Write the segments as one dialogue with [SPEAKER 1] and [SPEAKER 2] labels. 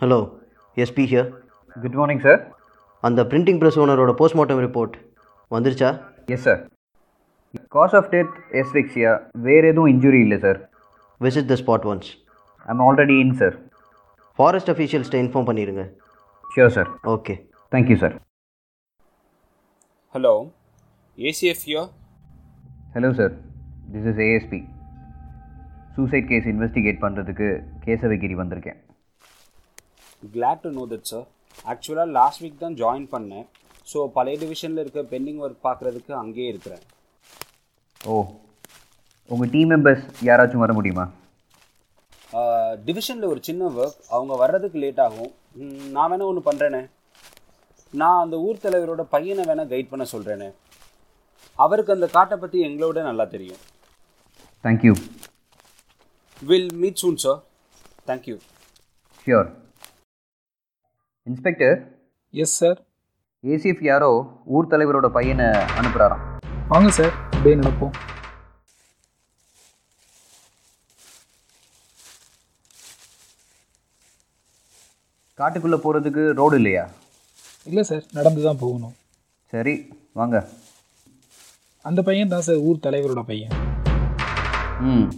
[SPEAKER 1] Hello SP here
[SPEAKER 2] good morning sir
[SPEAKER 1] அந்த printing press ஓனரோட postmortem report வந்துருச்சா
[SPEAKER 2] yes sir cause of death asphyxia வேறு எதுவும் injury இல்லை sir
[SPEAKER 1] visit the spot once
[SPEAKER 2] I'm already in sir
[SPEAKER 1] forest அஃபீஷியல்ஸ்ட்டை inform பண்ணிடுங்க
[SPEAKER 2] sure sir
[SPEAKER 1] okay
[SPEAKER 2] thank you sir
[SPEAKER 3] hello ACF ya
[SPEAKER 2] hello sir this is ASP suicide case investigate பண்ணுறதுக்கு கேசவகிரி வந்திருக்கேன்
[SPEAKER 3] glad to know that sir ஆக்சுவலாக last week தான் join பண்ணேன் so பழைய டிவிஷனில் இருக்க பெண்டிங் ஒர்க் பார்க்குறதுக்கு அங்கேயே இருக்கிறேன்
[SPEAKER 2] ஓ உங்கள் டீம் மெம்பர்ஸ் யாராச்சும் வர முடியுமா
[SPEAKER 3] டிவிஷனில் ஒரு சின்ன ஒர்க் அவங்க வர்றதுக்கு லேட் ஆகும் ம், நான் வேணால் ஒன்று பண்ணுறேனே நான் அந்த ஊர் தலைவரோட பையனை வேணால் கைட் பண்ண சொல்கிறேனே அவருக்கு அந்த காட்டை பற்றி எங்களோட நல்லா தெரியும்
[SPEAKER 2] thank you
[SPEAKER 3] will meet soon sir thank you
[SPEAKER 2] sure inspector
[SPEAKER 4] yes sir
[SPEAKER 2] ACF யாரோ ஊர் தலைவரோட பையனை அனுப்புகிறாராம்
[SPEAKER 4] வாங்க சார் அப்படியே நடப்போம்
[SPEAKER 2] காட்டுக்குள்ளே போகிறதுக்கு ரோடு இல்லையா
[SPEAKER 4] இல்லை சார் நடந்து தான் போகணும்
[SPEAKER 2] சரி வாங்க
[SPEAKER 4] அந்த பையன் தான் சார் ஊர் தலைவரோட பையன்
[SPEAKER 2] ம்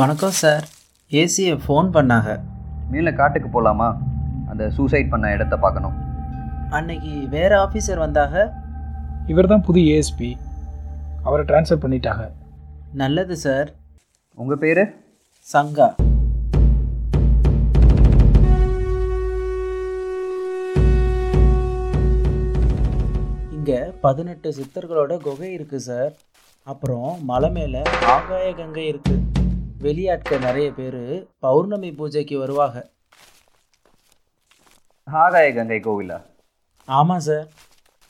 [SPEAKER 5] வணக்கம் சார் ஏசியை ஃபோன் பண்ணாங்க
[SPEAKER 2] மேலே காட்டுக்கு போகலாமா அந்த சூசைட் பண்ண இடத்த பார்க்கணும்
[SPEAKER 5] அன்னைக்கு வேறு ஆஃபீஸர் வந்தாங்க
[SPEAKER 4] இவர் தான் புது ஏஎஸ்பி அவரை ட்ரான்ஸ்ஃபர் பண்ணிட்டாங்க
[SPEAKER 5] நல்லது சார்
[SPEAKER 2] உங்கள் பேர்
[SPEAKER 5] சங்கா இங்கே பதினெட்டு சித்தர்களோட குகை இருக்கு சார் அப்புறம் மலை மேலே ஆகாய கங்கை இருக்கு வெளியாட்கள் நிறைய பேர் பௌர்ணமி பூஜைக்கு வருவாங்க
[SPEAKER 2] ஆகாய கங்கை கோவிலா
[SPEAKER 5] ஆமாம் சார்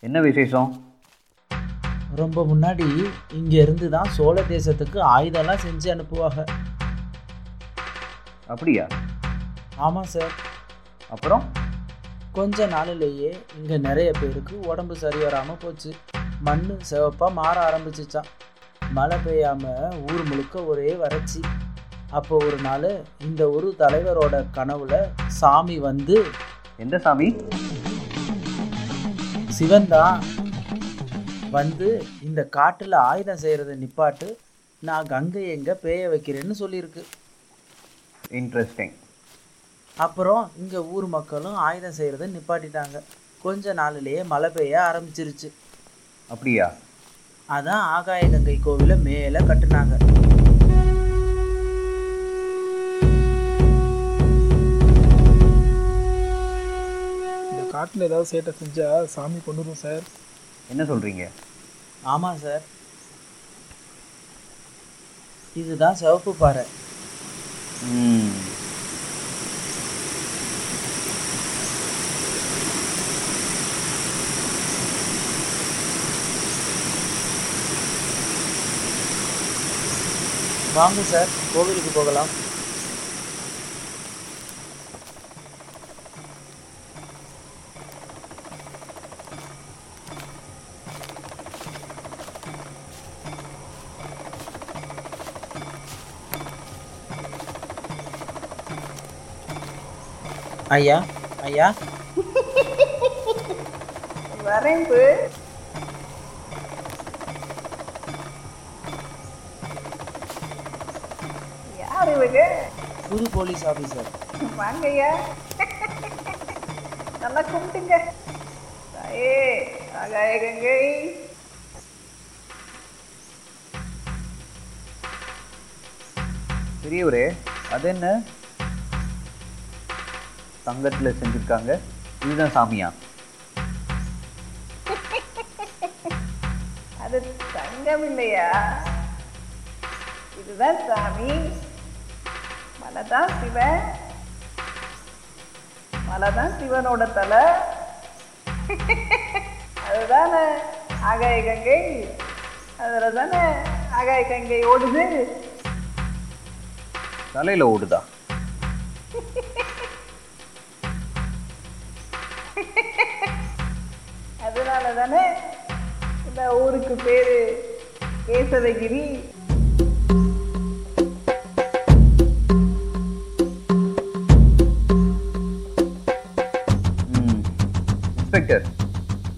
[SPEAKER 2] என்ன விசேஷம்
[SPEAKER 5] ரொம்ப முன்னாடி இங்க இருந்து தான் சோழ தேசத்துக்கு ஆயுதம்லாம் செஞ்சு அனுப்புவாங்க
[SPEAKER 2] அப்படியா
[SPEAKER 5] ஆமாம் சார்
[SPEAKER 2] அப்புறம்
[SPEAKER 5] கொஞ்ச நாளிலேயே இங்கே நிறைய பேருக்கு உடம்பு சரி வராமல் போச்சு மண் சிவப்பாக மாற ஆரம்பிச்சிச்சான் மழை பெய்யாமல் ஊர் முழுக்க ஒரே வறட்சி அப்போ ஒரு நாள் இந்த ஒரு தலைவரோட கனவுல சாமி வந்து
[SPEAKER 2] எந்த சாமி
[SPEAKER 5] சிவன் தான் வந்து இந்த காட்டில் ஆயுதம் செய்கிறத நிப்பாட்டு நான் கங்கை எங்கே பேய வைக்கிறேன்னு சொல்லியிருக்கு
[SPEAKER 2] இன்ட்ரெஸ்டிங்
[SPEAKER 5] அப்புறம் இங்கே ஊர் மக்களும் ஆயுதம் செய்கிறத நிப்பாட்டிட்டாங்க கொஞ்ச நாளிலேயே மழை பெய்ய ஆரம்பிச்சிருச்சு
[SPEAKER 2] அப்படியா
[SPEAKER 5] அதான் ஆகாய கங்கை கோவிலை மேலே கட்டுனாங்க
[SPEAKER 4] இந்த காட்டில் ஏதாவது சேட்டை செஞ்சா சாமி கொண்டுடும் சார்
[SPEAKER 2] என்ன சொல்கிறீங்க
[SPEAKER 5] ஆமாம் சார் இதுதான் சிவப்பு பாறை
[SPEAKER 2] ம்
[SPEAKER 5] வாங்க சார் கோவிலுக்கு போகலாம் ஐயா ஐயா
[SPEAKER 6] யார் இவங்க
[SPEAKER 5] புது போலீஸ் ஆஃபீஸர்
[SPEAKER 6] வாங்கய்யா நல்லா கும்பிட்டுங்க தாயே ஆகாய கங்கை
[SPEAKER 2] பெரியவரே அது என்ன தங்கத்தில் செஞ்சுருக்காங்க இதுதான் சாமியா
[SPEAKER 6] அது தங்கம் இல்லையா இதுதான் சாமி மலைதான் சிவன் மலைதான் சிவனோட தலை அதுதானே ஆகாய கங்கை அதில் தானே ஆகாய கங்கை ஓடுது
[SPEAKER 2] தலையில் ஓடுதா
[SPEAKER 6] அதனால தானே இந்த ஊருக்கு பேரு கேசவகிரி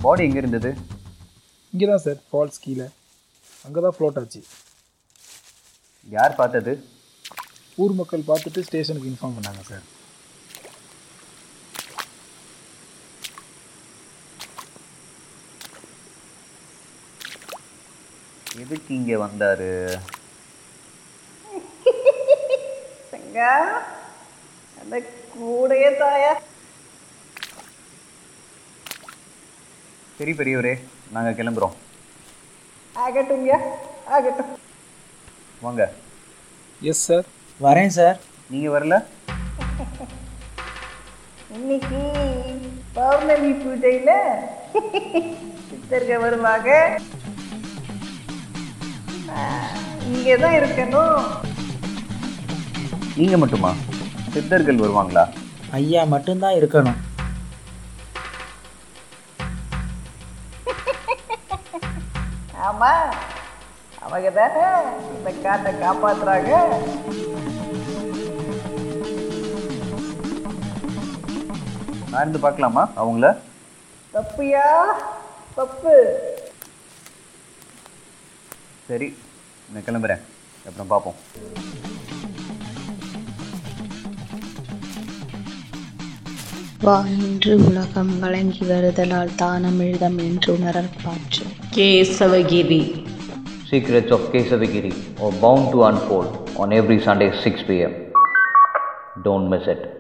[SPEAKER 2] பாடி எங்கே இருந்தது
[SPEAKER 4] இங்கே தான் சார் ஃபால்ஸ் கீழே அங்கே தான் ஃப்ளோட் ஆச்சு
[SPEAKER 2] யார் பார்த்தது
[SPEAKER 4] ஊர் மக்கள் பார்த்துட்டு ஸ்டேஷனுக்கு இன்ஃபார்ம் பண்ணாங்க சார்
[SPEAKER 2] எதுக்கு இங்கே வந்தார்
[SPEAKER 6] தங்கா அந்த கூடையே தாயா
[SPEAKER 2] சரி பெரியவரே நாங்கள் கிளம்புறோம்
[SPEAKER 6] ஆகட்டும்யா ஆகட்டும்
[SPEAKER 2] வாங்க
[SPEAKER 4] எஸ் சார்
[SPEAKER 5] வரேன் சார்
[SPEAKER 2] நீங்கள் வரல
[SPEAKER 6] இன்னைக்கு பௌர்ணமி பூஜையில சித்தர்கள் வருவாங்க இங்கே தான் இருக்கணும்
[SPEAKER 2] நீங்கள் மட்டுமா சித்தர்கள் வருவாங்களா
[SPEAKER 5] ஐயா மட்டும்தான் இருக்கணும்
[SPEAKER 6] ஆமா அவங்க தானே இந்த காட்டை காப்பாத்துறாங்க
[SPEAKER 2] நான் இருந்து பார்க்கலாமா அவங்கள
[SPEAKER 6] தப்புயா தப்பு
[SPEAKER 2] சரி நான் கிளம்புறேன் அப்புறம் பார்ப்போம்
[SPEAKER 7] வா என்று உலகம் வழங்கி வருதலால் தானம் எழுதம் என்று உணரற்பாற்று
[SPEAKER 8] Kesavagiri
[SPEAKER 2] Secrets of Kesavagiri are bound to unfold on every Sunday 6 pm. Don't miss it.